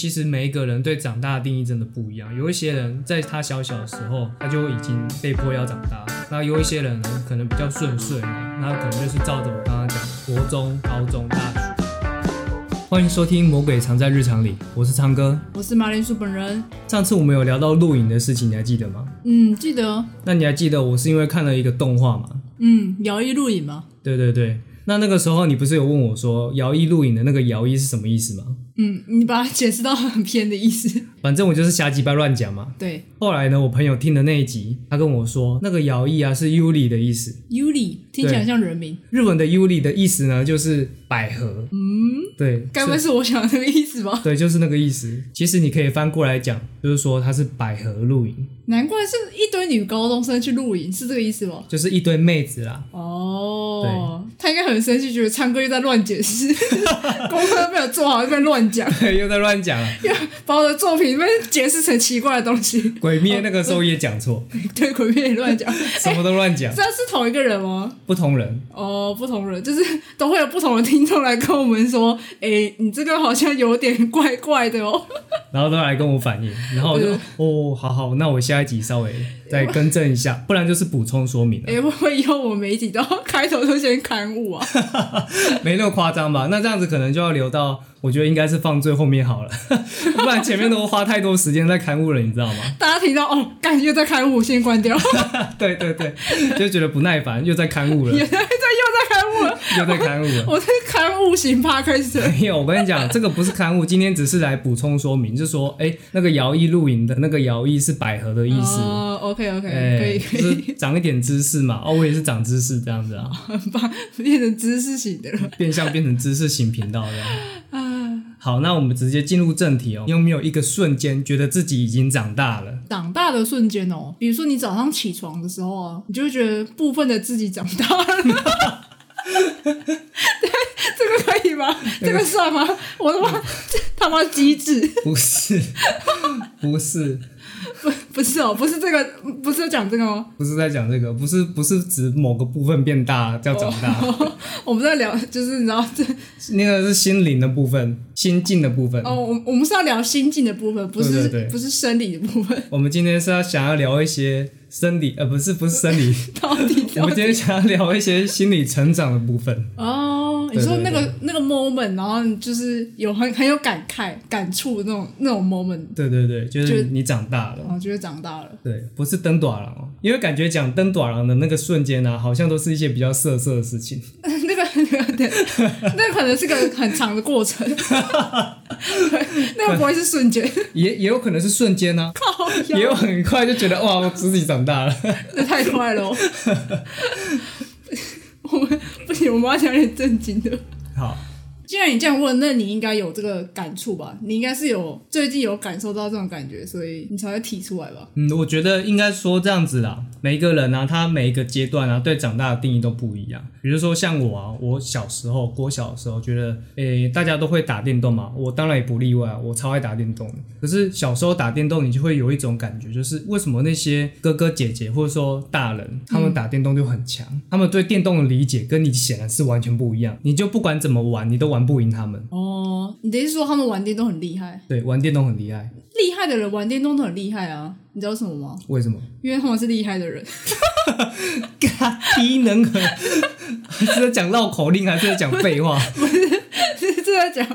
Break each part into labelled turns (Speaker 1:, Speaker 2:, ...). Speaker 1: 其实每一个人对长大的定义真的不一样。有一些人在他小小的时候，他就已经被迫要长大；那有一些人呢可能比较顺遂，那可能就是照着我刚刚讲的国中、高中、大学。欢迎收听《魔鬼藏在日常里》，我是昌哥。
Speaker 2: 我是马铃薯本人。
Speaker 1: 上次我们有聊到录影的事情，你还记得吗？
Speaker 2: 嗯，记得，
Speaker 1: 那你还记得我是因为看了一个动画吗？
Speaker 2: 嗯，摇曳录影嘛。
Speaker 1: 对对对，那那个时候你不是有问我说“摇曳录影”的那个“摇曳”是什么意思吗？
Speaker 2: 嗯，你把它解释到很偏的意思。
Speaker 1: 反正我就是瞎鸡巴乱讲嘛。
Speaker 2: 对
Speaker 1: 后来呢，我朋友听的那一集，他跟我说那个“摇曳”啊是 “Yuri” 的意思，
Speaker 2: ，Yuri 听起来像人名，
Speaker 1: 日文的 “Yuri” 的意思呢就是百合。嗯，对，
Speaker 2: 该不会
Speaker 1: 是
Speaker 2: 是我想的那个意思吧？
Speaker 1: 对，就是那个意思。其实你可以翻过来讲，就是说它是百合露营，
Speaker 2: 难怪是一堆女高中生去露营，是这个意思吗？
Speaker 1: 就是一堆妹子啊啦。
Speaker 2: 哦，他应该很生气，觉得唱歌又在乱解释， 功课没有做好，在那边乱讲，
Speaker 1: 又在乱讲了，啊
Speaker 2: 把我的作品被解释成奇怪的东西，
Speaker 1: 《鬼灭》那个时候也讲错，
Speaker 2: 对鬼片也乱讲。
Speaker 1: 什么都乱讲，
Speaker 2: 这是同一个人吗？
Speaker 1: 不同人。
Speaker 2: 哦，不同人就是 都会有不同的听众来跟我们说， 诶，你这个好像有点怪怪的哦。
Speaker 1: 然后都来跟我反映，然后我就
Speaker 2: 对
Speaker 1: 哦，好好，那我下一集稍微再更正一下，不然就是补充说明了，
Speaker 2: 诶，会不会以后我们每一集都要开头都先刊物啊？
Speaker 1: 没那么夸张吧？那这样子可能就要留到，我觉得应该是放最后面好了， 不然前面都花太多时间在刊物了，你知道吗？
Speaker 2: 大家听到哦，感觉在刊物，先关掉，
Speaker 1: 对对对，就觉得不耐烦，又在刊物了，
Speaker 2: 也在又在刊物了。
Speaker 1: 又在刊物了。
Speaker 2: 我是刊物型 p 开始，
Speaker 1: 没有，我跟你讲，这个不是刊物，今天只是来补充说明，就是说，哎、那个摇曳露营的那个摇曳是百合的意思，
Speaker 2: 哦，OK OK，、
Speaker 1: 哎、
Speaker 2: 可以
Speaker 1: 就
Speaker 2: 可以，
Speaker 1: 是长一点知识嘛，哦，我也是长知识这样子啊。
Speaker 2: 很棒， 变成知识型的了。
Speaker 1: 变相变成知识型频道这 样。啊好，那我们直接进入正题哦。你有没有一个瞬间觉得自己已经长大了？
Speaker 2: 长大的瞬间哦，比如说你早上起床的时候啊，你就会觉得部分的自己长大了。 对这个可以吗？这个算吗？我他妈这他妈机智，
Speaker 1: 不是，不是，
Speaker 2: 不是哦，不是这个，不是讲这个哦吗？
Speaker 1: 不是在讲这个，不是，不是指某个部分变大叫长大，
Speaker 2: 哦我们在聊，就是你知道这
Speaker 1: 那个是心灵的部分，心境的部分。
Speaker 2: 哦，我我们是要聊心境的部分，不是
Speaker 1: 对对对
Speaker 2: 不是生理的部分，
Speaker 1: 我们今天是要想要聊一些生理，呃，不是，不是生 理，
Speaker 2: 到底
Speaker 1: 我
Speaker 2: 到
Speaker 1: 们今
Speaker 2: 底
Speaker 1: 天想要聊一些心理成长的部分。
Speaker 2: 哦，你
Speaker 1: 对
Speaker 2: 说
Speaker 1: 对
Speaker 2: 那个
Speaker 1: 对
Speaker 2: 那个 moment，然后你就是有很很有感慨、感触的那种那种 moment，
Speaker 1: 对对对，就
Speaker 2: 就是
Speaker 1: 你长大了
Speaker 2: 然。后就会长大了。
Speaker 1: 对，不是登短郎哦，因为感觉讲登短郎的那个瞬间啊，好像都是一些比较色色的事情。
Speaker 2: 那个对，那可能是个很长的过程， 对，那个不会是瞬间，
Speaker 1: 也也有可能是瞬间呢、
Speaker 2: 靠
Speaker 1: 也有
Speaker 2: 腰，
Speaker 1: 很快就觉得哇，我自己长大 了。
Speaker 2: 那太快了哦。 我们不行，我们要讲点正经的。
Speaker 1: 好，
Speaker 2: 既然你这样问，那你应该有这个感触吧？你应该是有最近有感受到这种感觉，所以你才会提出来吧？
Speaker 1: 嗯，我觉得应该说这样子啦，每一个人啊，他每一个阶段啊，对长大的定义都不一样。比如说像我啊，我小时候，我小的时候觉得，诶、大家都会打电动嘛，我当然也不例外啊，我超爱打电动的。可是小时候打电动，你就会有一种感觉，就是为什么那些哥哥姐姐或者说大人，他们打电动就很强，他们对电动的理解跟你显然是完全不一样。你就不管怎么玩，你都玩不赢他们。
Speaker 2: 哦，你的意思说他们玩电动很厉害，
Speaker 1: 对，玩电动很厉害，
Speaker 2: 厉害的人玩电动都很厉害啊？你知道为什么吗？
Speaker 1: 为什么？
Speaker 2: 因为他们是厉害的人。
Speaker 1: 嘎， 低能儿，是在讲绕口令还是在讲废话？
Speaker 2: 这这在讲，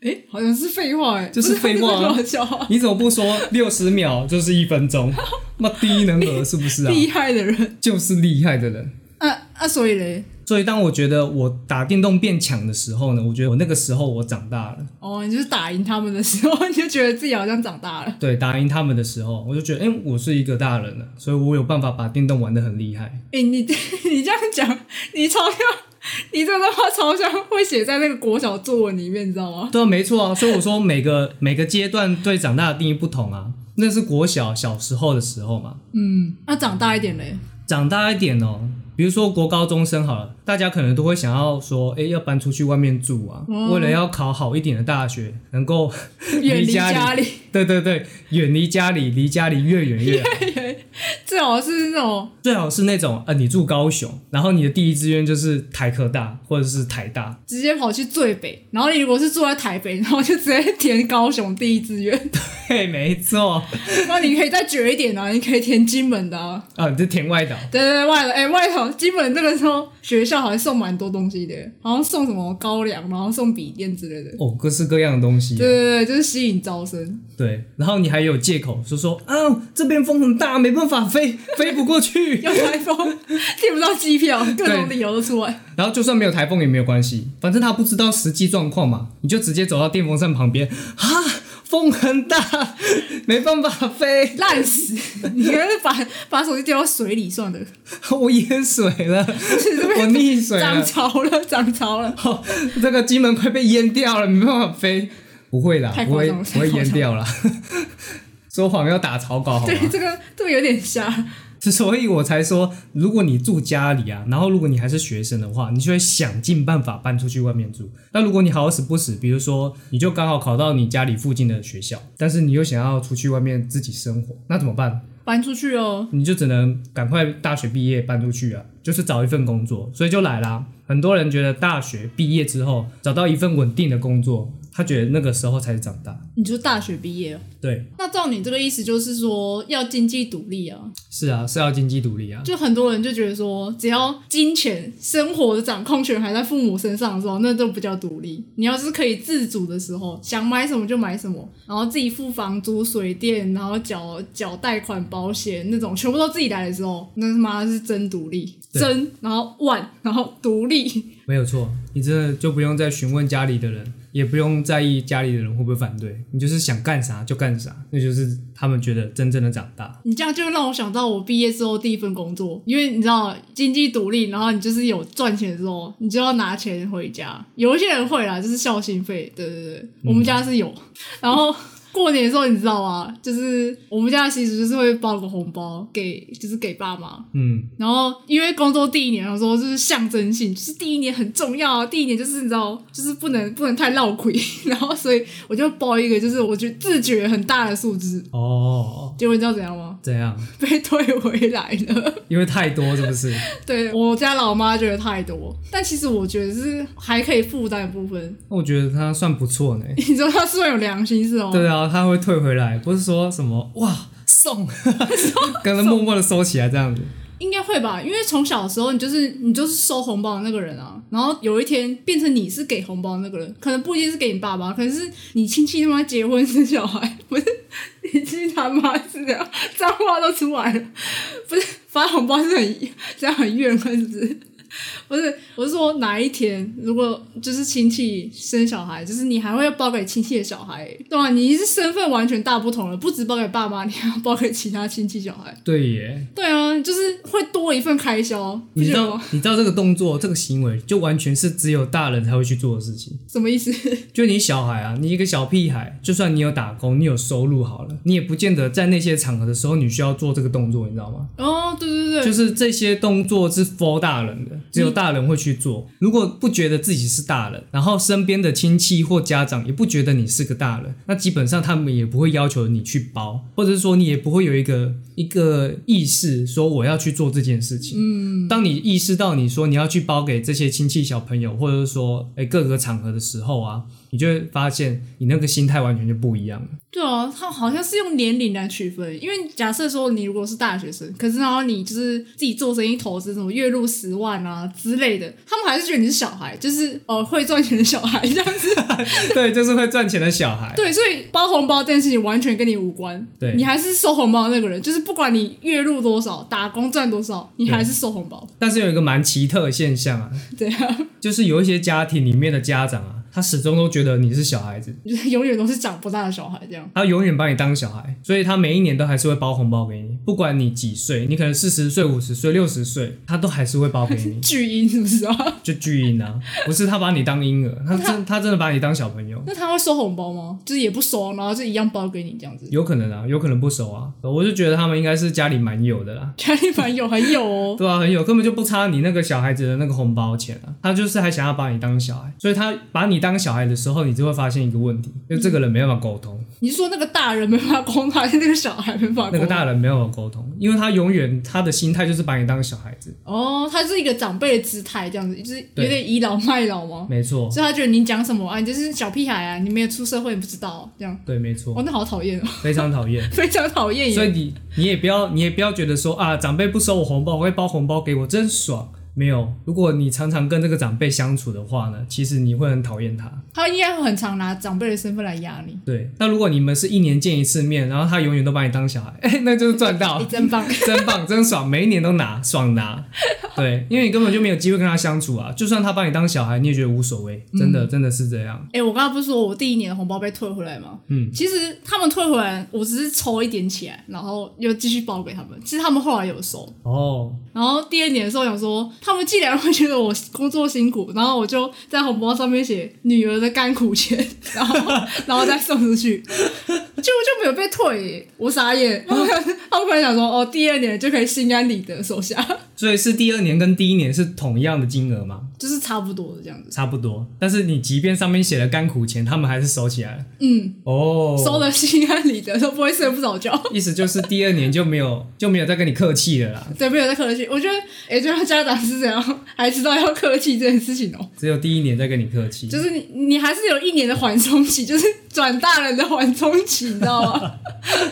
Speaker 2: 哎、好像是废话哎、
Speaker 1: 就是废话啊
Speaker 2: 不是不是搞笑话。
Speaker 1: 你怎么不说六十秒就是一分钟？那低能儿是不 是啊？
Speaker 2: 厉害的人，
Speaker 1: 就是厉害的人。
Speaker 2: 啊啊，所以嘞，
Speaker 1: 所以当我觉得我打电动变强的时候呢，我觉得我那个时候我长大了。
Speaker 2: 哦，你就是打赢他们的时候， 你就觉得自己好像长大了。
Speaker 1: 对，打赢他们的时候，我就觉得，哎、我是一个大人了，所以我有办法把电动玩得很厉害。
Speaker 2: 哎、你 你这样讲，你超像，你这段话超像会写在那个国小作文里面，你知道吗？
Speaker 1: 对啊，没错啊，所以我说每个每个阶段对长大的定义不同啊。那是国小小时候的时候嘛，
Speaker 2: 嗯，那、长大一点 嘞，
Speaker 1: 长大一点哦，比如说国高中生好了，大家可能都会想要说，哎，要搬出去外面住啊，为了要考好一点的大学，能够
Speaker 2: 远离
Speaker 1: 家
Speaker 2: 家
Speaker 1: 里，
Speaker 2: 里，
Speaker 1: 对对对，远离家里，离家里越远越好。
Speaker 2: 最好是那种
Speaker 1: 最好是那种呃，你住高雄，然后你的第一志愿就是台科大或者是台大，
Speaker 2: 直接跑去最北，然后你如果是住在台北，然后就直接填高雄第一志愿，
Speaker 1: 嘿，没错，
Speaker 2: 那你可以再绝一点啊，你可以填金门的啊。
Speaker 1: 啊，你就填外岛，
Speaker 2: 对对对，外头哎、外头金门这个时候学校好像送蛮多东西的，好像送什么高粱，然后送笔电之类的。
Speaker 1: 哦，各式各样的东西，
Speaker 2: 对对对，就是吸引招生。
Speaker 1: 对，然后你还有借口说说啊，这边风很大，没办法飞，飞不过去。
Speaker 2: 有台 风，订不到机票，各种理由都出 来。
Speaker 1: 然后就算没有台风也没有关系，反正他不知道实际状况嘛，你就直接走到电风扇旁边啊，风很大，没办法飞，
Speaker 2: 烂死！你可是把把手机丢到水里算了，
Speaker 1: 我淹水了， 我溺水
Speaker 2: 涨
Speaker 1: 了，
Speaker 2: 潮了，涨潮了。
Speaker 1: 哦、这个金门快被淹掉了，没办法飞。不会啦
Speaker 2: 太，
Speaker 1: 不
Speaker 2: 夸
Speaker 1: 会
Speaker 2: 张了
Speaker 1: 不会淹掉啦。 说谎要打草稿好吗？
Speaker 2: 对，这个这个有点瞎。
Speaker 1: 所以我才说，如果你住家里啊，然后如果你还是学生的话，你就会想尽办法搬出去外面住。那如果你好死不死，比如说你就刚好考到你家里附近的学校，但是你又想要出去外面自己生活，那怎么办？
Speaker 2: 搬出去哦，
Speaker 1: 你就只能赶快大学毕业搬出去啊，就是找一份工作，所以就来啦。很多人觉得大学毕业之后找到一份稳定的工作，他觉得那个时候才是长大。
Speaker 2: 你就大学毕业哦。
Speaker 1: 对，
Speaker 2: 那照你这个意思，就是说要经济独立啊。
Speaker 1: 是啊，是要经济独立啊。
Speaker 2: 就很多人就觉得说，只要金钱、生活的掌控权还在父母身上的时候，那都不叫独立。你要是可以自主的时候，想买什么就买什么，然后自己付房租、水电，然后缴缴贷款、保险那种，全部都自己来的时候，那他妈是真独立，
Speaker 1: 对
Speaker 2: 真然后万然后独立。
Speaker 1: 没有错，你真的就不用再询问家里的人，也不用在意家里的人会不会反对，你就是想干啥就干啥，那就是他们觉得真正的长大。
Speaker 2: 你这样就让我想到我毕业之后第一份工作，因为你知道经济独立，然后你就是有赚钱的时候，你就要拿钱回家。有一些人会啦，就是孝心费，对对对，我们家是有。然后过年的时候，你知道吗？就是我们家的习俗就是会包个红包给，就是给爸妈。
Speaker 1: 嗯，
Speaker 2: 然后因为工作第一年，我说就是象征性，就是第一年很重要啊。第一年就是你知道，就是不能不能太闹亏， 然后所以我就包一个，就是我觉得自觉很大的数字。
Speaker 1: 哦，
Speaker 2: 结果你知道怎样吗？
Speaker 1: 这样，
Speaker 2: 被退回来了。
Speaker 1: 因为太多是不是？
Speaker 2: 对我家老妈觉得太多，但其实我觉得是还可以负担的部分。
Speaker 1: 那我觉得他算不错呢。
Speaker 2: 你说她是不是有良心 是哦？
Speaker 1: 对啊，他会退回来，不是说什么哇 送，跟着默默的收起来这样子。
Speaker 2: 应该会吧，因为从小的时候你就是你就是收红包的那个人啊，然后有一天变成你是给红包的那个人，可能不一定是给你爸爸，可能是你亲戚他妈结婚生小孩， 不是你亲戚他妈是这样，脏话都出来了， 不是发红包是很这样很怨恨是不是？ 不是，我是说哪一天如果就是亲戚生小孩，就是你还会包给亲戚的小孩，对吧、你是身份完全大不同了，不止包给爸妈，你还要包给其他亲戚小孩。
Speaker 1: 对耶，
Speaker 2: 对啊，就是会多一份开销，不
Speaker 1: 你
Speaker 2: 觉
Speaker 1: 知
Speaker 2: 得
Speaker 1: 道
Speaker 2: 吗？
Speaker 1: 你知道这个动作这个行为，就完全是只有大人才会去做的事情。
Speaker 2: 什么意思？
Speaker 1: 就你小孩啊，你一个小屁孩，就算你有打工，你有收入好了，你也不见得在那些场合的时候你需要做这个动作，你知道吗？
Speaker 2: 哦，对对对，
Speaker 1: 就是这些动作是 for 大人的，只有大人会去做。如果不觉得自己是大人，然后身边的亲戚或家长也不觉得你是个大人，那基本上他们也不会要求你去包，或者是说你也不会有一个一个意识说我要去做这件事情。嗯，当你意识到你说你要去包给这些亲戚小朋友，或者是说哎各个场合的时候啊，你就会发现你那个心态完全就不一样了。
Speaker 2: 对啊，他好像是用年龄来区分，因为假设说你如果是大学生，可是然后你就是自己做生意投资，什么月入十万啊之类的，他们还是觉得你是小孩，就是呃会赚钱的小孩这样子。
Speaker 1: 对，就是会赚钱的小孩。
Speaker 2: 对，所以包红包这件事情完全跟你无关，
Speaker 1: 对
Speaker 2: 你还是收红包的那个人，就是不管你月入多少，打工赚多少，你还是收红包，
Speaker 1: 但是有一个蛮奇特的现象啊，
Speaker 2: 对啊，
Speaker 1: 就是有一些家庭里面的家长啊，他始终都觉得你是小孩子，
Speaker 2: 就是永远都是长不大的小孩这样。
Speaker 1: 他永远把你当小孩，所以他每一年都还是会包红包给你，不管你几岁，你可能四十岁、五十岁、六十岁，他都还是会包给你，
Speaker 2: 巨婴是不是啊？
Speaker 1: 就巨婴啊，不是他把你当婴儿， 他真他真的把你当小朋友。
Speaker 2: 那他会收红包吗？就是也不收，然后就一样包给你这样子。
Speaker 1: 有可能啊，有可能不熟啊，我就觉得他们应该是家里蛮有的啦，
Speaker 2: 家里蛮有，很 有哦。
Speaker 1: 对啊，很有，根本就不差你那个小孩子的那个红包钱啊，他就是还想要把你当小孩，所以他把你当小孩的时候，你就会发现一个问题，就这个人没办法沟通，
Speaker 2: 你是说那个大人没办法沟通，还是那个小孩没办法沟
Speaker 1: 那
Speaker 2: 通？
Speaker 1: 个大人没有沟通，因为他永远他的心态就是把你当小孩子，
Speaker 2: 哦，他是一个长辈的姿态，这样子，就是有
Speaker 1: 对
Speaker 2: 点倚老卖老吗？
Speaker 1: 没错，
Speaker 2: 所以他觉得你讲什么啊，你就是小屁孩啊，你没有出社会，你不知道这样。
Speaker 1: 对，没
Speaker 2: 哇，
Speaker 1: 错，
Speaker 2: 那好讨厌哦，
Speaker 1: 非常讨厌。
Speaker 2: 非常讨厌
Speaker 1: 所以
Speaker 2: 耶。
Speaker 1: 你你也不要你也不要觉得说啊，长辈不收我红包，我会包红包给我，真爽。没有，如果你常常跟这个长辈相处的话呢，其实你会很讨厌他。
Speaker 2: 他应该会很常拿长辈的身份来压你。
Speaker 1: 对，那如果你们是一年见一次面，然后他永远都把你当小孩， 哎，那就是赚到
Speaker 2: 你，真棒，
Speaker 1: 真棒，真爽，每一年都拿，爽拿。对，因为你根本就没有机会跟他相处啊，就算他把你当小孩，你也觉得无所谓，真
Speaker 2: 嗯
Speaker 1: 的、真的是这样。
Speaker 2: 哎、我刚刚不是说我第一年的红包被退回来吗？
Speaker 1: 嗯，
Speaker 2: 其实他们退回来，我只是抽一点起来，然后又继续包给他们。其实他们后来有收，
Speaker 1: 哦，
Speaker 2: 然后第二年的时候想说，他们既然会觉得我工作辛苦，然后我就在红包上面写女儿的甘苦钱，然后然后再送出去，结果就没有被退耶，我傻眼。他们可能想说，哦，第二年就可以心安理得收下，
Speaker 1: 所以是第二年跟第一年是同样的金额吗？
Speaker 2: 就是差不多的这样子。
Speaker 1: 差不多，但是你即便上面写了甘苦钱，他们还是收起来了。
Speaker 2: 嗯，
Speaker 1: 哦，
Speaker 2: 收的心安理得，都不会睡不着觉。
Speaker 1: 意思就是第二年就没有就没有再跟你客气了啦，
Speaker 2: 对，没有在客气。我觉得，哎、这样家长是怎样，还知道要客气这件事情哦、
Speaker 1: 只有第一年在跟你客气。
Speaker 2: 就是你，你还是有一年的缓冲期，就是转大人的缓冲期，你知道吗？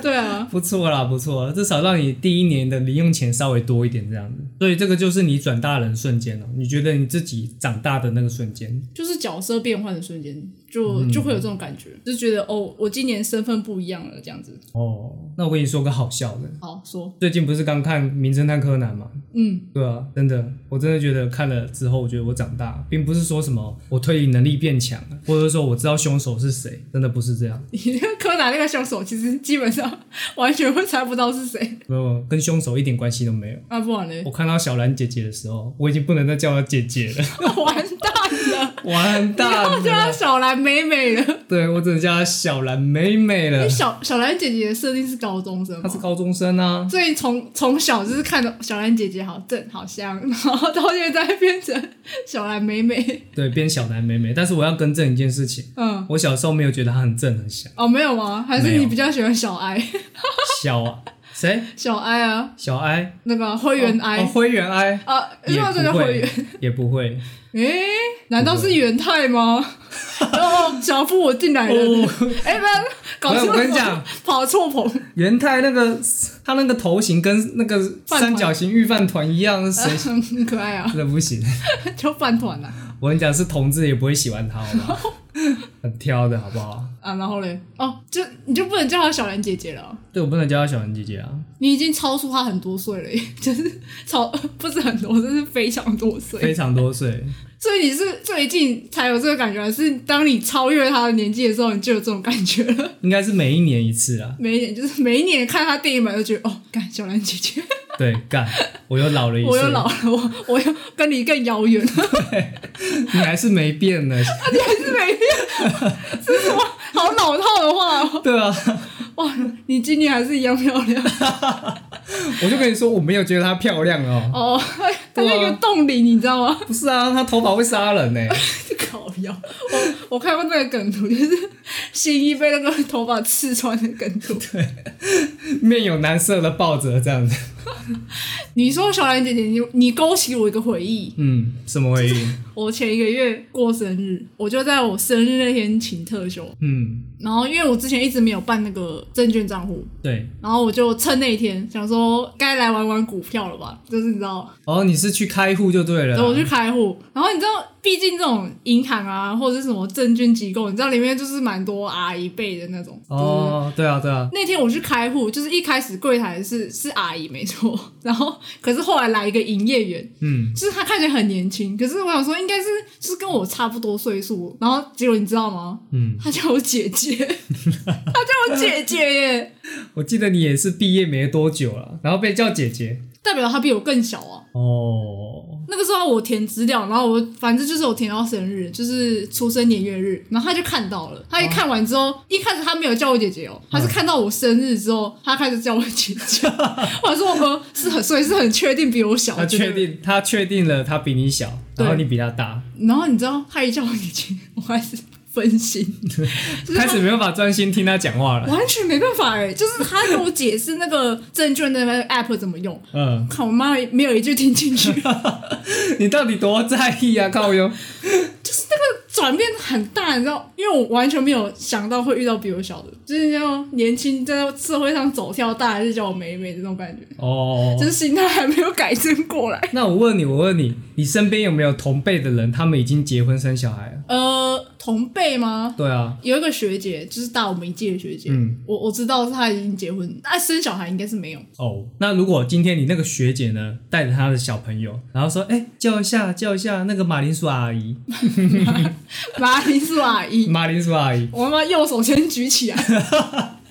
Speaker 2: 对啊，
Speaker 1: 不错啦，不错啦，至少让你第一年的零用钱稍微多一点这样子。所以这个就是你转大人瞬间了、哦你觉得你自己长大的那个瞬间。
Speaker 2: 就是角色变换的瞬间，就
Speaker 1: 嗯
Speaker 2: 就会有这种感觉，就觉得哦，我今年身份不一样了，这样子。
Speaker 1: 哦，那我跟你说个好笑的，
Speaker 2: 好说，
Speaker 1: 最近不是刚看《名侦探柯南》吗？
Speaker 2: 嗯，
Speaker 1: 对啊，真的，我真的觉得看了之后，我觉得我长大，并不是说什么我推理能力变强了，或者说我知道凶手是谁，真的不是这样。
Speaker 2: 你那个柯南那个凶手，其实基本上完全会猜不到是谁。
Speaker 1: 没有，跟凶手一点关系都没有。
Speaker 2: 那、不然嘞，
Speaker 1: 我看到小兰姐姐的时候，我已经不能再叫她姐姐了，
Speaker 2: 完蛋了，
Speaker 1: 完 蛋
Speaker 2: 你就要
Speaker 1: 了！
Speaker 2: 小兰美美了。
Speaker 1: 对我只能叫她小兰妹妹
Speaker 2: 因
Speaker 1: 了
Speaker 2: 为。小小兰姐姐的设定是高中生
Speaker 1: 她
Speaker 2: 嘛
Speaker 1: 是，高中生啊，
Speaker 2: 所以从从小就是看着小兰姐姐好正好香， 然后到现在变成小兰美美，
Speaker 1: 对，变小兰妹妹。但是我要更正一件事情，
Speaker 2: 嗯，
Speaker 1: 我小时候没有觉得她很正很小，
Speaker 2: 哦没有吗？还是
Speaker 1: 没
Speaker 2: 你
Speaker 1: 有
Speaker 2: 比较喜欢小 I
Speaker 1: 小啊，谁？
Speaker 2: 小 I 啊，
Speaker 1: 小哀？
Speaker 2: 那个灰原
Speaker 1: 哦，
Speaker 2: 哀
Speaker 1: 灰原哀
Speaker 2: 啊，
Speaker 1: 也
Speaker 2: 因为这叫
Speaker 1: 不
Speaker 2: 灰
Speaker 1: 会
Speaker 2: 原，，
Speaker 1: 也不会。
Speaker 2: 诶，难道是元太吗？ 哦，小夫我进来了，
Speaker 1: 哦，
Speaker 2: 哎不要，搞
Speaker 1: 没有
Speaker 2: 错，
Speaker 1: 我跟你讲，
Speaker 2: 跑错棚，
Speaker 1: 元太那个他那个头型跟那个
Speaker 2: 团
Speaker 1: 三角形御饭团一样，是谁？
Speaker 2: 很可爱啊，
Speaker 1: 真的不行。
Speaker 2: 就饭团啊
Speaker 1: 我跟你讲，是同志也不会喜欢他，好不 好？很挑的好不好？
Speaker 2: 啊，然后嘞，哦，就你就不能叫她小兰姐姐了哦。
Speaker 1: 对，我不能叫她小兰姐姐啊，
Speaker 2: 你已经超出他很多岁了耶， 就是超 不是很多，就是非常多岁。
Speaker 1: 非常多岁。
Speaker 2: 所以你是最近才有这个感觉，还是当你超越他的年纪的时候，你就有这种感觉了？
Speaker 1: 应该是每一年一次啊。
Speaker 2: 每一年就是每一年看他电影版，就觉得哦，干小兰姐姐，
Speaker 1: 对，干，我又老了一岁，
Speaker 2: 我又老了，我我又跟你更遥远了，
Speaker 1: 你还是没变呢。
Speaker 2: 还是每天这是什么好老套的话哦？
Speaker 1: 对啊，
Speaker 2: 哇，你今年还是一样漂亮
Speaker 1: 我就跟你说，我没有觉得她漂亮哦。
Speaker 2: 哦， 他就一个冻龄，你知道吗？
Speaker 1: 不是啊，她头发会杀人呢、
Speaker 2: 烤腰，我我看过那个梗图，就是新一被那个头发刺穿的梗图。
Speaker 1: 面有难色的抱着这样子。
Speaker 2: 你说小兰姐姐，你你勾起我一个回忆。
Speaker 1: 嗯，什么回应？
Speaker 2: 我前一个月过生日，我就在我生日那天请特休，
Speaker 1: 嗯，
Speaker 2: 然后因为我之前一直没有办那个证券账户，
Speaker 1: 对。
Speaker 2: 然后我就趁那一天想说该来玩玩股票了吧，就是你知道，
Speaker 1: 哦，你是去开户就 对啊了
Speaker 2: 然
Speaker 1: 啦。
Speaker 2: 哦后我去开户，然后你知道，毕竟这种银行啊或者是什么证券机构，你知道里面就是蛮多阿姨辈的那种，就是
Speaker 1: 哦，对啊，对啊，
Speaker 2: 那天我去开户，就是一开始柜台是是阿姨没错， 然后可是后来来一个营业员，
Speaker 1: 嗯，
Speaker 2: 就是他看起来很年轻，可是我想说应该是就是跟我差不多岁数，然后结果你知道吗？
Speaker 1: 嗯，
Speaker 2: 他叫我姐姐，他叫我姐姐耶，
Speaker 1: 我记得你也是毕业没多久了，然后被叫姐姐。
Speaker 2: 代表他比我更小啊。
Speaker 1: 哦，
Speaker 2: 那个时候我填资料，然后我反正就是我填到生日，就是出生年月日，然后他就看到了，他一看完之后，一开始他没有叫我姐姐哦，
Speaker 1: 嗯
Speaker 2: 他是看到我生日之后，他开始叫我 姐姐。我说我是很，所以是很确定比我小，
Speaker 1: 他啊确。定，他确定了，他比你小，
Speaker 2: 对
Speaker 1: 然后你比他大，
Speaker 2: 然后你知道他一叫我姐姐，我还是分心，就是
Speaker 1: 开
Speaker 2: 他
Speaker 1: 始没办法专心听他讲话了。
Speaker 2: 完全没办法哎、就是他跟我解释那个证券的那个 app 怎么用，
Speaker 1: 嗯，
Speaker 2: 看我妈没有一句听进去，
Speaker 1: 你到底多在意啊？靠哟！
Speaker 2: 转变很大，你知道，因为我完全没有想到会遇到比我小的，就是要年轻在社会上走跳，大还是叫我妹妹的那种感觉，
Speaker 1: 哦，
Speaker 2: 就是心态还没有改正 过来。
Speaker 1: 那我问你，我问你，你身边有没有同辈的人，他们已经结婚生小孩了？
Speaker 2: 呃，同辈吗？
Speaker 1: 对啊，
Speaker 2: 有一个学姐，就是大我们一届的学姐，
Speaker 1: 嗯
Speaker 2: 我我知道她已经结婚，那生小孩应该是没有。
Speaker 1: 哦，那如果今天你那个学姐呢，带着她的小朋友，然后说，哎、叫一下，叫一下那个马铃薯阿姨，
Speaker 2: 马铃薯阿姨，
Speaker 1: 马铃薯阿姨，
Speaker 2: 我妈妈右手先举起来，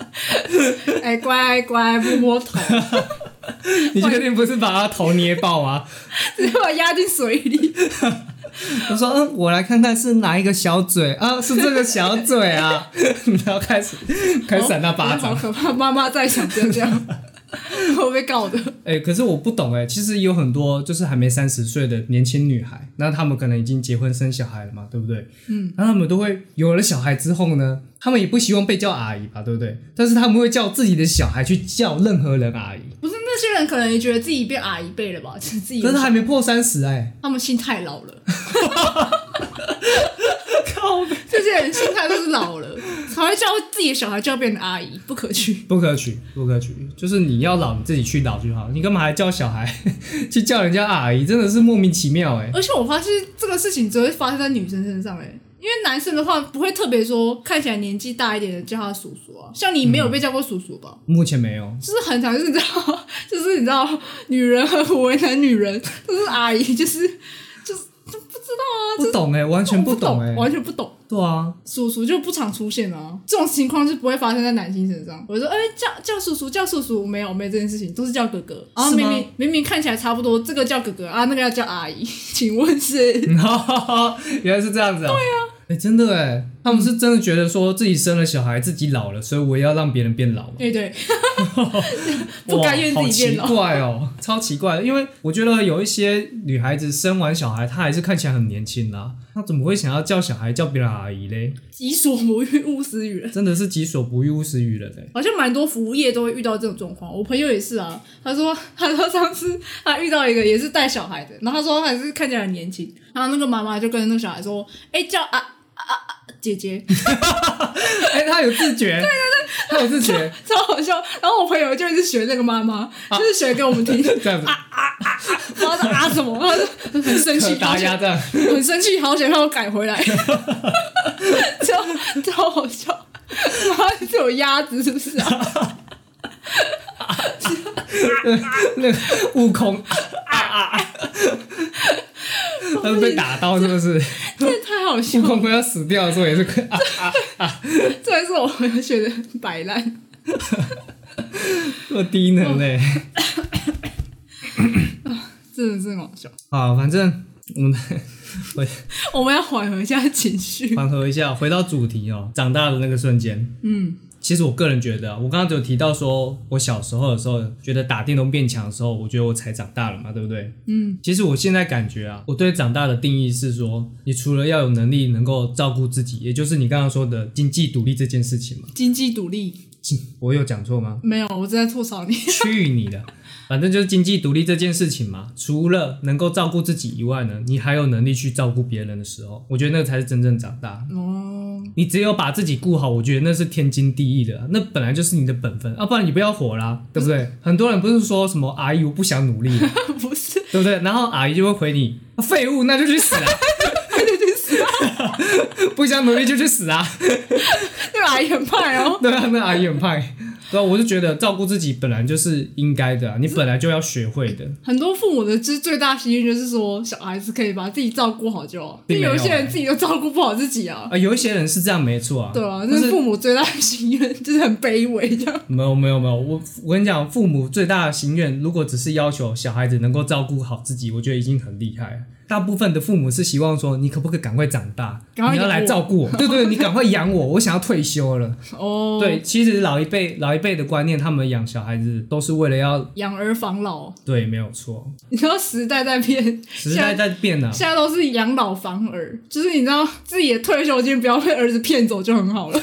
Speaker 2: 哎、乖乖，摸摸头，
Speaker 1: 你确定不是把她头捏爆啊吗？
Speaker 2: 直接把我压进水里。
Speaker 1: 我说，嗯，我来看看是哪一个小嘴啊，是这个小嘴啊， 然后开始开始扇她巴掌
Speaker 2: 好。可怕！妈妈在想，不要 这样，我被告的。
Speaker 1: 哎、可是我不懂哎、其实有很多就是还没三十岁的年轻女孩，那她们可能已经结婚生小孩了嘛，对不对？嗯，那她们都会有了小孩之后呢，她们也不希望被叫阿姨吧，对不对？但是她们会叫自己的小孩去叫任何人阿姨，
Speaker 2: 不是那些人可能也觉得自己变阿姨辈了吧， 就是自己
Speaker 1: 可是还没破三十哎，
Speaker 2: 他们心太 老了。靠！这些人心态都是老了，才会叫自己的小孩就要变成阿姨，不可取。
Speaker 1: 不可取，不可取，就是你要老你自己去老就好，你干嘛还叫小孩 去叫人家阿姨？真的是莫名其妙哎、
Speaker 2: 而且我发现这个事情只会发生在女生身上、欸，哎，因为男生的话不会特别说看起来年纪大一点的叫他叔叔啊，像你没有被叫过叔叔吧？
Speaker 1: 目前没有，
Speaker 2: 就是很常就是你知道， 就是你知道，女人很为难女人，就是阿姨，就是就是就不知道啊，
Speaker 1: 不懂哎、完全不懂哎、
Speaker 2: 完全不懂。
Speaker 1: 对啊，
Speaker 2: 叔叔就不常出现啊，这种情况就不会发生在男性身上。我就说，哎、叫叫叔叔，叫叔叔，没有没有这件事情，都是叫哥哥。然后
Speaker 1: 是
Speaker 2: 明
Speaker 1: 吗
Speaker 2: 明明明看起来差不多，这个叫哥哥啊，那个要叫阿姨，请问 是？
Speaker 1: 哈，原来是这样子啊！对啊，哎、真的哎，他们是真的觉得说自己生了小孩，自己老了，所以我也要让别人变老嘛。
Speaker 2: 对 对，不甘愿
Speaker 1: 哇
Speaker 2: 自己变老
Speaker 1: 好奇怪哦，超奇怪的。因为我觉得有一些女孩子生完小孩，她还是看起来很年轻啦、她怎么会想要叫小孩叫别人阿姨嘞？
Speaker 2: 己所不欲，勿施于人。
Speaker 1: 真的是己所不欲，勿施于人哎。
Speaker 2: 好像蛮多服务业都会遇到这种状况。我朋友也是啊，他说 他说上次他遇到一个也是带小孩的，然后他说他还是看起来很年轻，然后那个妈妈就跟那个小孩说：“哎、叫啊啊啊姐姐，
Speaker 1: 哎、她有自觉，对对对，她有自觉，
Speaker 2: 超好笑。”然后我朋友就一直学那个妈妈，就是学给我们听，
Speaker 1: 这样子，
Speaker 2: 然后他啊什么，然后就很生气，
Speaker 1: 打压这样。
Speaker 2: 很生气，好想让我改回来， 超超好笑。妈，你是有鸭子是不是啊？
Speaker 1: 那个悟空啊啊啊！他是被打到是不是？
Speaker 2: 真的太好笑
Speaker 1: 悟
Speaker 2: 了。
Speaker 1: 空快要死掉的时候也是快啊！
Speaker 2: 这还是我朋友学的很摆烂。
Speaker 1: 这么低能嘞、
Speaker 2: 嗯真的是很好笑。
Speaker 1: 好，反正我们
Speaker 2: 我们要缓和一下情 绪。
Speaker 1: 缓和一下，回到主题哦。长大的那个瞬间，
Speaker 2: 嗯，
Speaker 1: 其实我个人觉得啊，我刚刚只有提到说，我小时候的时候觉得打电动变强的时候，我觉得我才长大了嘛，对不对？
Speaker 2: 嗯，
Speaker 1: 其实我现在感觉啊，我对长大的定义是说，你除了要有能力能够照顾自己，也就是你刚刚说的经济独立这件事情嘛。
Speaker 2: 经济独立
Speaker 1: 经我有讲错吗？
Speaker 2: 没有，我正在吐槽你。
Speaker 1: 去你的！ 反正就是经济独立这件事情嘛，除了能够照顾自己以外呢，你还有能力去照顾别人的时候，我觉得那才是真正长大。
Speaker 2: 哦，
Speaker 1: 你只有把自己顾好，我觉得那是天经地义的啊、那本来就是你的本分，要、啊不然你不要活啦，对不对？很多人不是说什么阿姨我不想努力了，
Speaker 2: 不是，
Speaker 1: 对不对？然后阿姨就会回你啊废物，那就去死啊！ 不想努力就去死啊！
Speaker 2: 那个阿姨很派哦。
Speaker 1: 对啊，那阿姨很派。对啊，我就觉得照顾自己本来就是应该的、啊，你本来就要学会的。
Speaker 2: 很多父母的之最大心愿就是说，小孩子可以把自己照顾好就好。
Speaker 1: 并
Speaker 2: 但
Speaker 1: 没有
Speaker 2: 有一些人自己都照顾不好自己啊
Speaker 1: 啊、。有一些人是这样，没错啊。
Speaker 2: 对啊，
Speaker 1: 但
Speaker 2: 这是
Speaker 1: 是
Speaker 2: 父母最大的心愿，就是很卑微 这样。
Speaker 1: 没有没有没有，我我跟你讲，父母最大的心愿，如果只是要求小孩子能够照顾好自己，我觉得已经很厉害了。大部分的父母是希望说，你可不可以赶快长大？
Speaker 2: 赶快
Speaker 1: 你要来
Speaker 2: 养我
Speaker 1: 照顾我，对对，你赶快养我，我想要退休了。
Speaker 2: 哦，
Speaker 1: 对，，其实老一辈老一辈的观念，他们养小孩子都是为了要
Speaker 2: 养儿防老，
Speaker 1: 对，没有错，
Speaker 2: 你知道时代在变，
Speaker 1: 时代在变啊了、
Speaker 2: 现在都是养老防儿，就是你知道自己的退休金不要被儿子骗走就很 好了，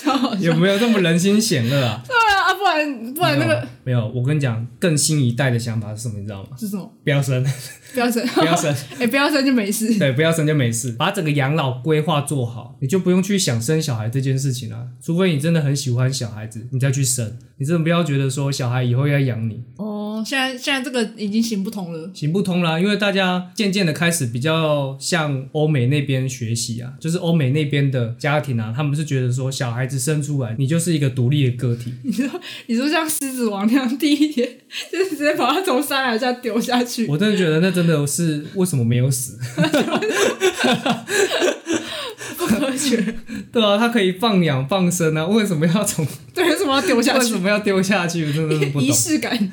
Speaker 2: 超好笑。
Speaker 1: 有没有这么人心险恶啊？
Speaker 2: 对啊，啊不然 不然那个
Speaker 1: 没有，我跟你讲，更新一代的想法是什么，你知道吗？
Speaker 2: 是什么？
Speaker 1: 不要生，
Speaker 2: 不要生，
Speaker 1: 不要生，
Speaker 2: 哎、不要生就没事。
Speaker 1: 对，不要生就没事，把整个养老规划做好，你就不用去想生小孩这件事情了、除非你真的很喜欢小孩子，你再去生，你真的不要觉得说小孩以后要养你，
Speaker 2: 哦，现在现在这个已经行不通了。
Speaker 1: 行不通啦。因为大家渐渐的开始比较向欧美那边学习啊，就是欧美那边的家庭啊，他们是觉得说小孩子生出来，你就是一个独立的个体，
Speaker 2: 你说像狮子王那样，第一天 就是直接把他从山崖下丢下去，
Speaker 1: 我真的觉得那真的是为什么没有死？
Speaker 2: 不科学。
Speaker 1: 对啊，他可以放养放生啊，为什么要从
Speaker 2: 对，为什么要丢下
Speaker 1: 为
Speaker 2: 去
Speaker 1: 什？么要丢下去？真的是不懂
Speaker 2: 仪，式感。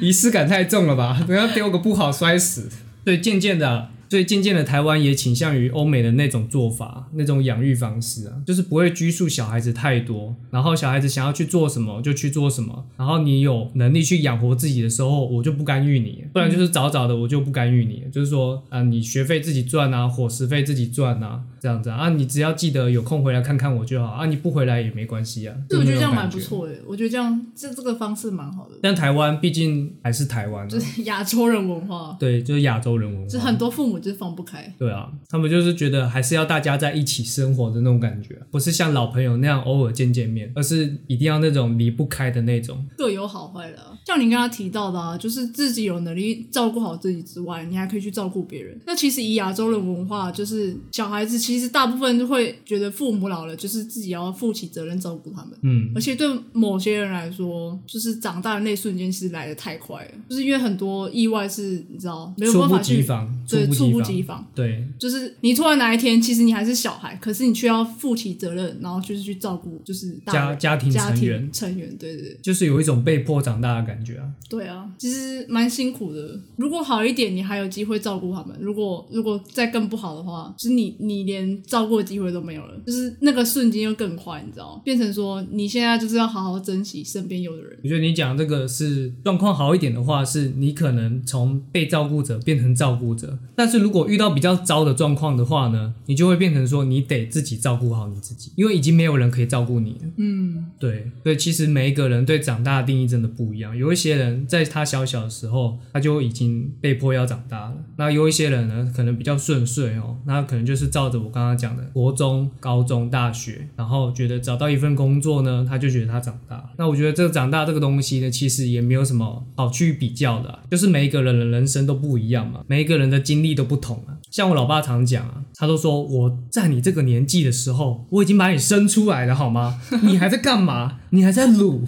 Speaker 1: 仪式感太重了吧？ 等下丢个不好摔死。所以渐渐的，所以渐渐的，台湾也倾向于欧美的那种做法，那种养育方式啊，就是不会拘束小孩子太多，然后小孩子想要去做什么就去做什么，然后你有能力去养活自己的时候，我就不干预你，不然就是早早的我就不干预你，就是说啊，你学费自己赚啊，伙食费自己赚啊，这样子啊，啊你只要记得有空回来看看我就好啊，你不回来也没关系啊，
Speaker 2: 对，我
Speaker 1: 就
Speaker 2: 觉
Speaker 1: 是那种
Speaker 2: 得这样蛮
Speaker 1: 感
Speaker 2: 不
Speaker 1: 觉。
Speaker 2: 错的。我觉得这样这这个方式蛮好的，
Speaker 1: 但台湾毕竟还是台湾、啊
Speaker 2: 就，是亚洲人文化，
Speaker 1: 对，就是亚洲人文
Speaker 2: 就
Speaker 1: 化，
Speaker 2: 很多父母就是放不开。
Speaker 1: 对啊，他们就是觉得还是要大家在一起生活的那种感觉，不是像老朋友那样偶尔见见面，而是一定要那种离不开的那种。
Speaker 2: 各有好坏啦。像你刚刚提到的、啊，就是自己有能力照顾好自己之外，你还可以去照顾别人。那其实以亚洲人文化，就是小孩子其实大部分都会觉得父母老了，就是自己要负起责任照顾他们。
Speaker 1: 嗯，
Speaker 2: 而且对某些人来说，就是长大的那瞬间是来的太快了，就是因为很多意外是你知道没有
Speaker 1: 猝
Speaker 2: 办
Speaker 1: 不
Speaker 2: 法
Speaker 1: 及
Speaker 2: 去
Speaker 1: 防，猝
Speaker 2: 对猝
Speaker 1: 不
Speaker 2: 不
Speaker 1: 及
Speaker 2: 及
Speaker 1: 防，
Speaker 2: 防，
Speaker 1: 对，
Speaker 2: 就是你突然哪一天，其实你还是小孩，可是你却要负起责任，然后就是去照顾就是大
Speaker 1: 家
Speaker 2: 人
Speaker 1: 家庭
Speaker 2: 家
Speaker 1: 成员
Speaker 2: 庭成员，对对对。
Speaker 1: 就是有一种被迫长大的感觉啊。
Speaker 2: 对啊，其实蛮辛苦的。如果好一点，你还有机会照顾他们；如果如果再更不好的话，就是你你连照顾的机会都没有了，就是那个瞬间又更快，你知道吗？变成说你现在就是要好好珍惜身边有的人。
Speaker 1: 我觉得你讲这个是状况好一点的话，是你可能从被照顾者变成照顾者，但是如果遇到比较糟的状况的话呢，你就会变成说你得自己照顾好你自己，因为已经没有人可以照顾你了。
Speaker 2: 嗯，
Speaker 1: 对对，其实每一个人对长大的定义真的不一样。有一些人在他小小的时候，他就已经被迫要长大了。那有一些人呢，可能比较顺遂哦，那可能就是照着我刚刚讲的，国中、高中、大学，然后觉得找到一份工作呢，他就觉得他长大了。那我觉得这个长大这个东西呢，其实也没有什么好去比较的啊、就是每一个人的人生都不一样嘛，每一个人的经历都不同啊。像我老爸常讲啊，他都说我在你这个年纪的时候，我已经把你生出来了，好吗？你还在干嘛？你还在撸？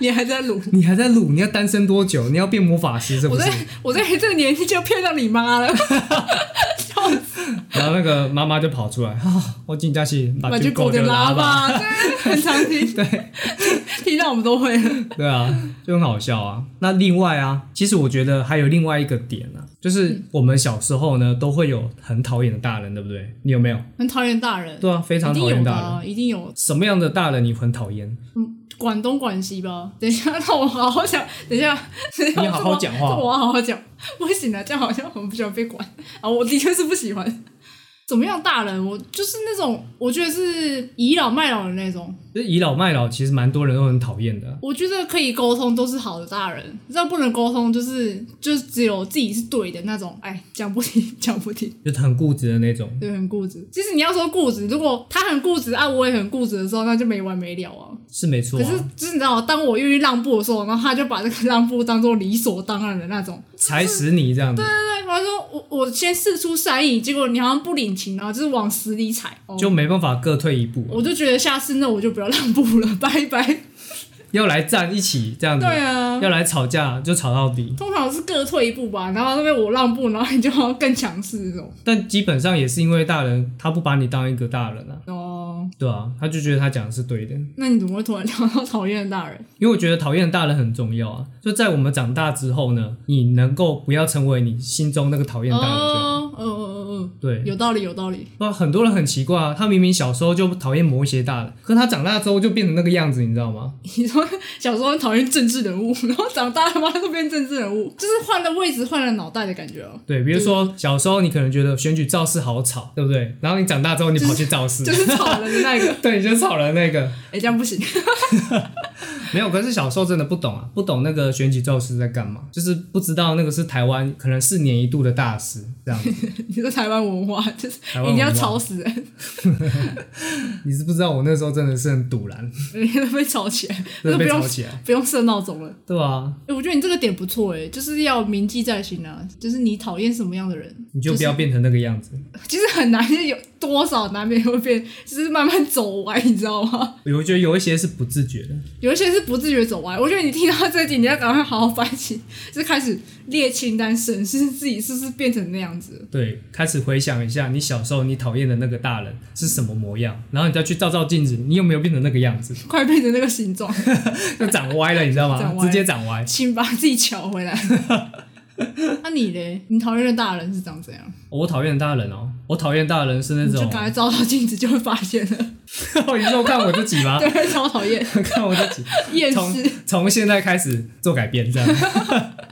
Speaker 2: 你还在撸，
Speaker 1: 你还在撸？你要单身多久？你要变魔法师是
Speaker 2: 我
Speaker 1: 不是啊
Speaker 2: 在？我在这个年纪就骗到你妈了，
Speaker 1: 然后那个妈妈就跑出来啊，我进家去把
Speaker 2: 把
Speaker 1: 这
Speaker 2: 就狗
Speaker 1: 狗
Speaker 2: 给
Speaker 1: 就
Speaker 2: 拉
Speaker 1: 吧，
Speaker 2: 吧， 对，很常 听，对， 听到我们都会了。
Speaker 1: 对啊，就很好笑啊。那另外啊，其实我觉得还有另外一个点啊，
Speaker 2: 嗯
Speaker 1: 就是我们小时候呢都会有很讨厌的大人，对不对？你有没有？
Speaker 2: 很讨厌大人，
Speaker 1: 对啊，非常
Speaker 2: 一定
Speaker 1: 讨
Speaker 2: 有
Speaker 1: 厌
Speaker 2: 的
Speaker 1: 大人。
Speaker 2: 啊，一定有
Speaker 1: 什么样的大人你很讨厌？
Speaker 2: 管东管西吧。 等一下，让我好好想。 等一下，等一下
Speaker 1: 你好好讲话
Speaker 2: 这我这我要好好讲。不行啊，这样好像很不喜欢被管啊。我的确是不喜欢。怎么样，大人？我就是那种，我觉得是倚老卖老的那种。
Speaker 1: 就是倚老卖老，其实蛮多人都很讨厌的啊。
Speaker 2: 我觉得可以沟通都是好的大人，只要不能沟通，就是就是只有自己是对的那种。哎，讲不听， 讲不听。
Speaker 1: 就是很固执的那种。
Speaker 2: 对，很固执。其实你要说固执，如果他很固执啊，我也很固执的时候，那就没完没了啊。
Speaker 1: 是没错、
Speaker 2: 可
Speaker 1: 啊，
Speaker 2: 是，就是你知道，当我愿意让步的时候，然后他就把这个让步当做理所当然的那种。
Speaker 1: 踩死你这样子，
Speaker 2: 对，啊他说我我先试出善意，结果你好像不领情，然后就是往死里踩。哦、
Speaker 1: 就没办法各退一步啊、
Speaker 2: 我就觉得下次那我就不要让步了，拜拜。
Speaker 1: 嗯要来站一起这样子，
Speaker 2: 对啊，
Speaker 1: 要来吵架就吵到底。
Speaker 2: 通常是各退一步吧，然后那边我让步，然后你就要更强势这种。
Speaker 1: 但基本上也是因为大人他不把你当一个大人啊，
Speaker 2: 哦，哦，
Speaker 1: 对啊，他就觉得他讲的是对的，
Speaker 2: 那你怎么会突然聊到讨厌的大人？
Speaker 1: 因为我觉得讨厌的大人很重要啊。就在我们长大之后呢，你能够不要成为你心中那个讨厌的大人就好。
Speaker 2: 哦，嗯嗯嗯
Speaker 1: 对
Speaker 2: 嗯，，有道理，有道理。
Speaker 1: 那很多人很奇怪啊，他明明小时候就讨厌某一些大人，可他长大之后就变成那个样子，你知道吗？
Speaker 2: 你说小时候很讨厌政治人物，然后长大了嘛就变政治人物，就是换了位置，换了脑袋的感觉哦。
Speaker 1: 对，比如说小时候你可能觉得选举造势好吵，对不对？然后你长大之后你跑去造势，
Speaker 2: 就是吵人的那个，
Speaker 1: 对，你就吵了那个。
Speaker 2: 哎、这样不行。
Speaker 1: 没有，可是小时候真的不懂啊，不懂那个选举造势在干嘛，就是不知道那个是台湾可能四年一度的大事这样子。
Speaker 2: 你说台湾文化 就是
Speaker 1: 台
Speaker 2: 一
Speaker 1: 湾
Speaker 2: 定要
Speaker 1: 文化
Speaker 2: 吵死人，
Speaker 1: 你是不知道我那时候真的是很堵然，
Speaker 2: 被吵起来，
Speaker 1: 真的
Speaker 2: 那不
Speaker 1: 被
Speaker 2: 用
Speaker 1: 吵起来。
Speaker 2: 不用设闹钟了。
Speaker 1: 对啊，
Speaker 2: 哎、我觉得你这个点不错，哎，就是要铭记在心啊，就是你讨厌什么样的人，
Speaker 1: 你就不要变成那个样子。
Speaker 2: 其实很难，有多少难免会变，就是慢慢走歪，你知道吗？
Speaker 1: 我觉得有一些是不自觉的，
Speaker 2: 有一些是不自觉走歪。我觉得你听到这集，你要赶快好好反省，就是开始列清单，审视自己是不是变成那样子了。
Speaker 1: 对，开始回想一下你小时候你讨厌的那个大人是什么模样，然后你再去照照镜子，你有没有变成那个样子？
Speaker 2: 快变成那个形状，
Speaker 1: 就长歪了，你知道
Speaker 2: 长
Speaker 1: 吗？
Speaker 2: 歪
Speaker 1: 直接长歪。
Speaker 2: 请把自己瞧回来。那、你嘞？你讨厌的大人是长怎样？
Speaker 1: 我讨厌的大人哦，我讨厌的大人是那
Speaker 2: 你就
Speaker 1: 种， 哦
Speaker 2: 赶快照照镜子就会发现了，
Speaker 1: 你说看我自己吧，
Speaker 2: 对，超讨厌，
Speaker 1: 看我自己。
Speaker 2: 厌
Speaker 1: 从
Speaker 2: 世。
Speaker 1: 从现在开始做改变，这样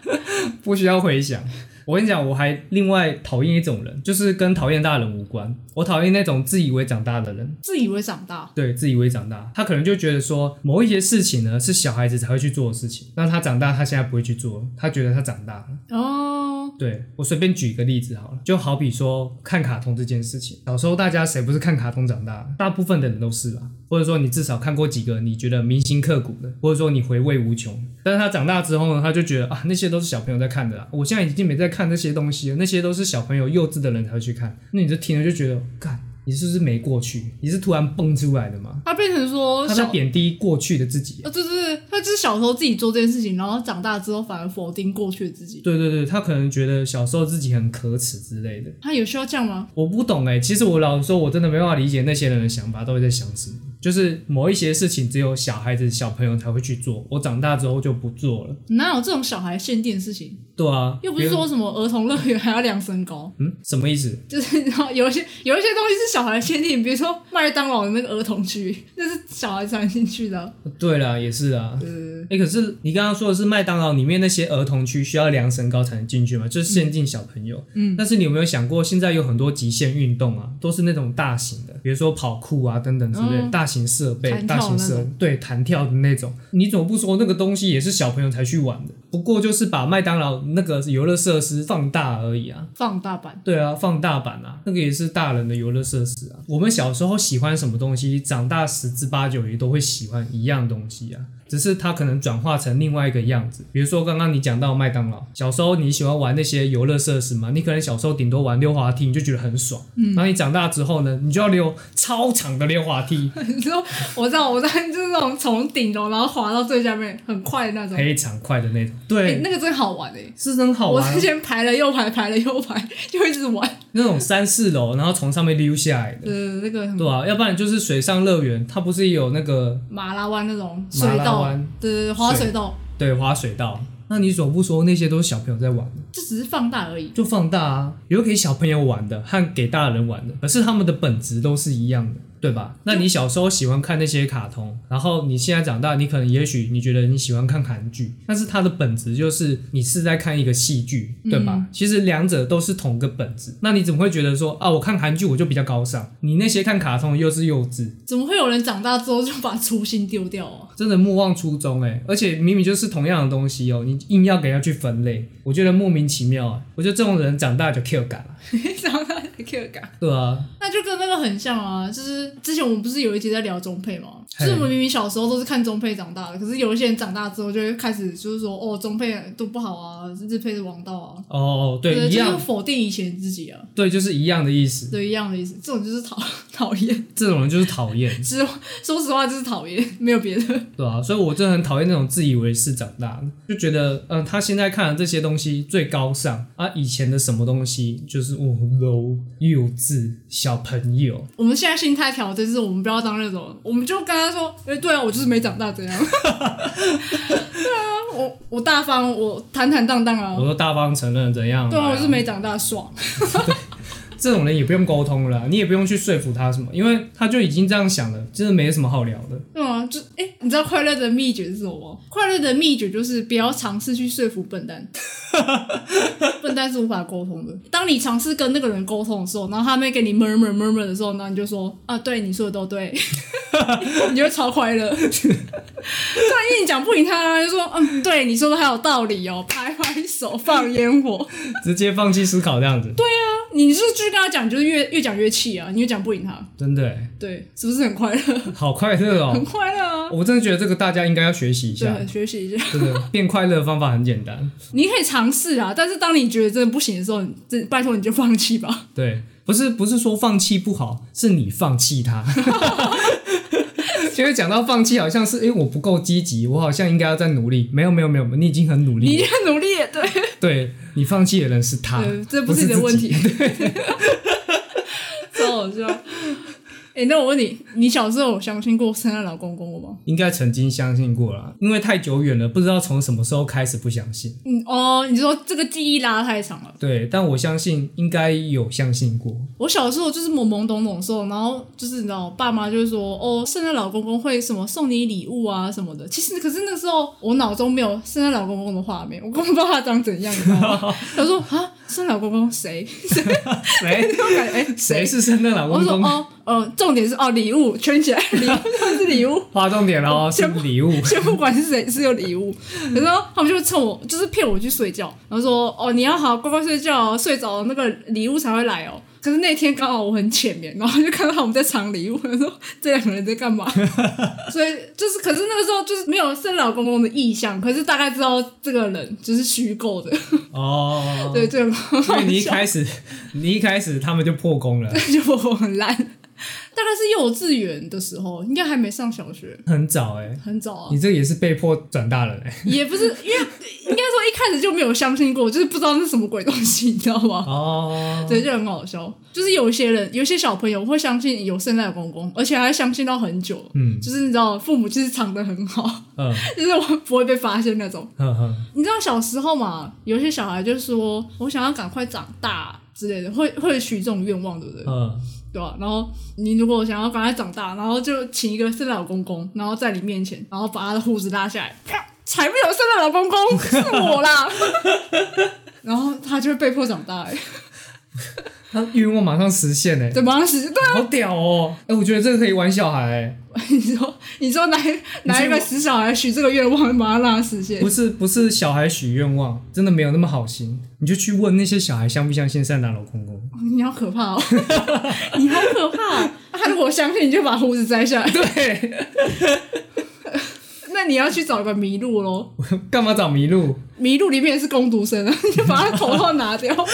Speaker 1: 不需要回想。我跟你讲，我还另外讨厌一种人，就是跟讨厌大人无关。我讨厌那种自以为长大的人，
Speaker 2: 自以为长大，
Speaker 1: 对，自以为长大，他可能就觉得说某一些事情呢是小孩子才会去做的事情，那他长大他现在不会去做，他觉得他长大了。
Speaker 2: 哦，
Speaker 1: 对我随便举一个例子好了，就好比说看卡通这件事情，小时候大家谁不是看卡通长大的？大部分的人都是吧，或者说你至少看过几个你觉得铭心刻骨的，或者说你回味无穷。但是他长大之后呢，他就觉得啊，那些都是小朋友在看的啦，我现在已经没在看这些东西了，那些都是小朋友幼稚的人才会去看。那你就听了就觉得，干，你是不是没过去？你是突然蹦出来的吗？
Speaker 2: 他变成说
Speaker 1: 他在
Speaker 2: 小，
Speaker 1: 贬低过去的自己。啊
Speaker 2: 呃，就是他就是小时候自己做这件事情，然后长大之后反而否定过去的自己。
Speaker 1: 对对对，他可能觉得小时候自己很可耻之类的。
Speaker 2: 他有需要这样吗？
Speaker 1: 我不懂哎、其实我老实说，我真的没办法理解那些人的想法到底在想什么。就是某一些事情，只有小孩子、小朋友才会去做，我长大之后就不做了。
Speaker 2: 哪有这种小孩限定的事情？
Speaker 1: 对啊，
Speaker 2: 又不是
Speaker 1: 别人
Speaker 2: 说什么儿童乐园还要量身高，
Speaker 1: 嗯什么意思？
Speaker 2: 就是你知道有一些有一些东西是小孩限定，比如说麦当劳的那个儿童区，那是小孩才能进去的啊。
Speaker 1: 对啦，也是啊。
Speaker 2: 呃，
Speaker 1: 哎、可是你刚刚说的是麦当劳里面那些儿童区需要量身高才能进去嘛？就是限定小朋友。
Speaker 2: 嗯
Speaker 1: 但是你有没有想过，现在有很多极限运动啊，都是那种大型的，比如说跑酷啊等等之类的、
Speaker 2: 嗯
Speaker 1: 大型设备、
Speaker 2: 弹跳
Speaker 1: 大型
Speaker 2: 那
Speaker 1: 设
Speaker 2: 种
Speaker 1: 对弹跳的那种。你怎么不说那个东西也是小朋友才去玩的？不过就是把麦当劳那个游乐设施放大而已啊。
Speaker 2: 放大版，
Speaker 1: 对啊，放大版啊，那个也是大人的游乐设施啊。我们小时候喜欢什么东西，长大十之八九也都会喜欢一样东西啊，只是它可能转化成另外一个样子。比如说刚刚你讲到麦当劳，小时候你喜欢玩那些游乐设施嘛，你可能小时候顶多玩溜滑梯，你就觉得很爽。嗯，然后你长大之后呢，你就要溜超长的溜滑 梯，
Speaker 2: 你知道，我知道，我知道，就是那种从顶楼然后滑到最下面，很快的那种。
Speaker 1: 非常快的那种。
Speaker 2: 哎、
Speaker 1: 对，
Speaker 2: 那个真好玩哎、
Speaker 1: 是真好
Speaker 2: 我
Speaker 1: 玩啊、
Speaker 2: 之前排了又排，排了又排，就一直玩。
Speaker 1: 那种三四楼，然后从上面溜下来的。
Speaker 2: 呃，那个什么
Speaker 1: 对啊，要不然就是水上乐园，它不是有那个
Speaker 2: 马拉湾那种水
Speaker 1: 麻辣
Speaker 2: 道，
Speaker 1: 湾？
Speaker 2: 对对对，滑水道，
Speaker 1: 对，滑水道。那你总不说那些都是小朋友在玩的，
Speaker 2: 这只是放大而已。
Speaker 1: 就放大啊，有给小朋友玩的和给大人玩的，可是他们的本质都是一样的，对吧？那你小时候喜欢看那些卡通，然后你现在长大，你可能也许你觉得你喜欢看韩剧，但是它的本质就是你是在看一个戏剧，对吧？其实两者都是同个本质，那你怎么会觉得说啊，我看韩剧我就比较高尚，你那些看卡通又是幼稚？
Speaker 2: 怎么会有人长大之后就把初心丢掉啊？
Speaker 1: 真的莫忘初衷哎、而且明明就是同样的东西哦、你硬要给它去分类，我觉得莫名其妙啊、我觉得这种人长大就 Q 感了，
Speaker 2: 长 大的 Q 感，
Speaker 1: 对啊，
Speaker 2: 那就跟那个很像啊。就是之前我们不是有一集在聊中配吗？就
Speaker 1: 嘿
Speaker 2: 是我们明明小时候都是看中配长大的，可是有一些人长大之后就会开始就是说，哦，中配都不好啊，日配是王道啊。
Speaker 1: 哦，对，一
Speaker 2: 就是
Speaker 1: 样，
Speaker 2: 否定以前自己啊，
Speaker 1: 对，就是一样的意思。
Speaker 2: 对一样的意思。这种就是讨讨厌，
Speaker 1: 这种人就是讨厌，
Speaker 2: 说说实话就是讨厌，没有别的。
Speaker 1: 对啊，所以我真的很讨厌那种自以为是长大的，就觉得，嗯、他现在看的这些东西最高尚啊，以前的什么东西就是哦 low，幼稚小朋友。
Speaker 2: 我们现在心态调整就是我们不要当那种，我们就跟他说，哎、对啊，我就是没长大这样。 对啊，我我大方，我坦坦荡荡啊
Speaker 1: 我。都大方承认怎样？
Speaker 2: 对啊，
Speaker 1: 来
Speaker 2: 我就是没长大，爽。
Speaker 1: 这种人也不用沟通了啦，你也不用去说服他什么，因为他就已经这样想了，真的没什么好聊的。
Speaker 2: 对啊，就哎、你知道快乐的秘诀是什么吗？快乐的秘诀就是不要尝试去说服 笨蛋，笨蛋是无法沟通的。当你尝试跟那个人沟通的时候，然后他们跟你 murmur murmur 的时候，然后你就说啊，对，你说的 都对，你就会超快乐。突然间你讲不赢他，就说嗯，对，你说的还有道理哦，拍拍手，放烟火。
Speaker 1: 直接放弃思考这样子，对，
Speaker 2: 你就去跟他讲，你就是越越讲越气啊，你越讲不赢他，
Speaker 1: 真的欸
Speaker 2: 对，是不是很快乐？
Speaker 1: 好快乐
Speaker 2: 很
Speaker 1: 哦！
Speaker 2: 快乐啊，
Speaker 1: 我真的觉得这个大家应该要学习一下
Speaker 2: 对，，学习一下。
Speaker 1: 真的变快乐的方法很简单，
Speaker 2: 你可以尝试啊，但是当你觉得真的不行的时候，你真拜托你就放 弃吧。
Speaker 1: 对，不是不是说放弃不好，是你放弃 它。其实讲到放弃，好像是诶、我不够积极，我好像应该要再努力。没有没有没有，你已经很努
Speaker 2: 你已
Speaker 1: 力
Speaker 2: 经
Speaker 1: 了，
Speaker 2: 很努力了，对，
Speaker 1: 对你放弃的人是他，
Speaker 2: 对这
Speaker 1: 不
Speaker 2: 不是你的
Speaker 1: 自己
Speaker 2: 问题。 超好笑。哎、那我问你，你小时候有相信过圣诞老公公过吗？
Speaker 1: 应该曾经相信过啦，因为太久远了，不知道从什么时候开始不相信。
Speaker 2: 嗯，哦，你说这个记忆拉太长了。
Speaker 1: 对，但我相信应该有相信过。
Speaker 2: 我小时候就是懵懵懂懂的时候，然后就是你知道，爸妈就会说，哦，圣诞老公公会什么送你礼物啊什么的。其实，可是那时候我脑中没有圣诞老公公的画面，我根本不知道他长怎样。你知道吗他说啊，圣诞老公公谁？
Speaker 1: 谁
Speaker 2: 就感觉哎，
Speaker 1: 谁是圣诞老
Speaker 2: 我
Speaker 1: 公
Speaker 2: 说
Speaker 1: 公？
Speaker 2: 哦，呃，重点是哦，礼物 圈起来，礼物就是礼物，
Speaker 1: 划重点哦，是
Speaker 2: 先
Speaker 1: 礼物。
Speaker 2: 先不管是谁是有礼物，然后他们就趁我就是骗我去睡觉，然后说哦，你要好好乖乖睡觉哦，睡着了那个礼物才会来哦。可是那天刚好我很浅眠，然后就看到我们在抢礼物，我说这两个人在 干嘛？所以就是，可是那个时候就是没有圣老公公的意向，可是大概知道这个人就是虚构的，
Speaker 1: 哦，
Speaker 2: 对，这个很好
Speaker 1: 所以你一
Speaker 2: 笑
Speaker 1: 开始，你一开始他们就破功了，
Speaker 2: 就我很烂，大概是幼稚园的时候，应该还没上小学，
Speaker 1: 很早哎、
Speaker 2: 很早啊
Speaker 1: 你，这也是被迫转大人哎、
Speaker 2: 也不是因为应该说一开始就没有相信过，就是不知道是什么鬼东西，你知道吗？
Speaker 1: 哦，
Speaker 2: 对，就很好笑。就是有一些人，有一些小朋友会相信有圣诞老公公，而且还相信到很久。
Speaker 1: 嗯
Speaker 2: 就是你知道，父母就是藏得很好，
Speaker 1: 嗯
Speaker 2: 就是我不会被发现那种。
Speaker 1: 哼哼，
Speaker 2: 你知道小时候嘛，有些小孩就说我想要赶快长大之类的，会会许这种愿望，对不对？
Speaker 1: 嗯，
Speaker 2: 对吧、然后你如果想要赶快长大，然后就请一个圣诞老公公，然后在你面前，然后把他的胡子拉下来，啪，才没有圣诞老公公，是我啦。然后他就会被迫长大、欸，
Speaker 1: 他愿望马上实现哎、
Speaker 2: 对吗？是，对啊，
Speaker 1: 好屌哦！哎、我觉得这个可以玩小孩、欸，
Speaker 2: 你说，你说哪一哪一个死小孩许这个愿望，把它让他实现
Speaker 1: 不？是不是小孩许愿望，真的没有那么好心，你就去问那些小孩相不相信圣诞老公公。
Speaker 2: 你好可怕哦！ 你好可怕、哦！他如果相信，你就把胡子摘下来。
Speaker 1: 对，
Speaker 2: 那你要去找一个麋鹿喽，
Speaker 1: 干嘛找麋鹿？
Speaker 2: 麋鹿里面也是工读生啊， 你就把他头套拿掉，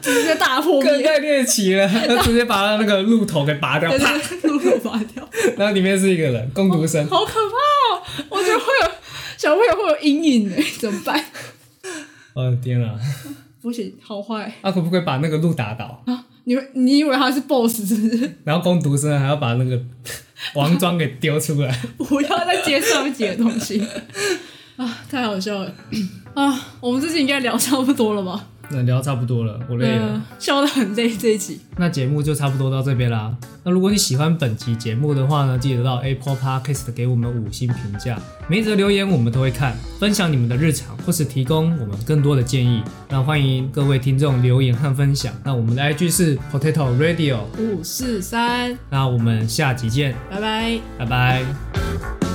Speaker 2: 就直接大破
Speaker 1: 更
Speaker 2: 灭，
Speaker 1: 太猎奇了，他直接把他那个鹿头给拔掉
Speaker 2: 对，
Speaker 1: 啪，
Speaker 2: 对，鹿头拔掉，
Speaker 1: 然后里面是一个人，攻读生。
Speaker 2: 好可怕哦！我觉得会有小朋友会有阴影哎，怎么办？
Speaker 1: 哦天啊，
Speaker 2: 不行，好坏
Speaker 1: 他可不可以把那个鹿打倒？
Speaker 2: 啊！你以为你以为他是 boss 是不是？
Speaker 1: 然后攻读生还要把那个 王庄给丢出来。
Speaker 2: 不要再接上一节的东西啊！太好笑了啊！我们这期应该聊差不多了吧？
Speaker 1: 那聊差不多了，我累了。
Speaker 2: 嗯，笑得很累这一集。
Speaker 1: 那节目就差不多到这边啦。那如果你喜欢本集节目的话呢，记得到 Apple Podcast 给我们五星评价，每一则留言我们都会看，分享你们的日常或是提供我们更多的建议。那欢迎各位听众留言和分享。那我们的 IG 是 Potato Radio，
Speaker 2: 五四三，
Speaker 1: 那我们下集见，
Speaker 2: 拜拜。
Speaker 1: 拜拜。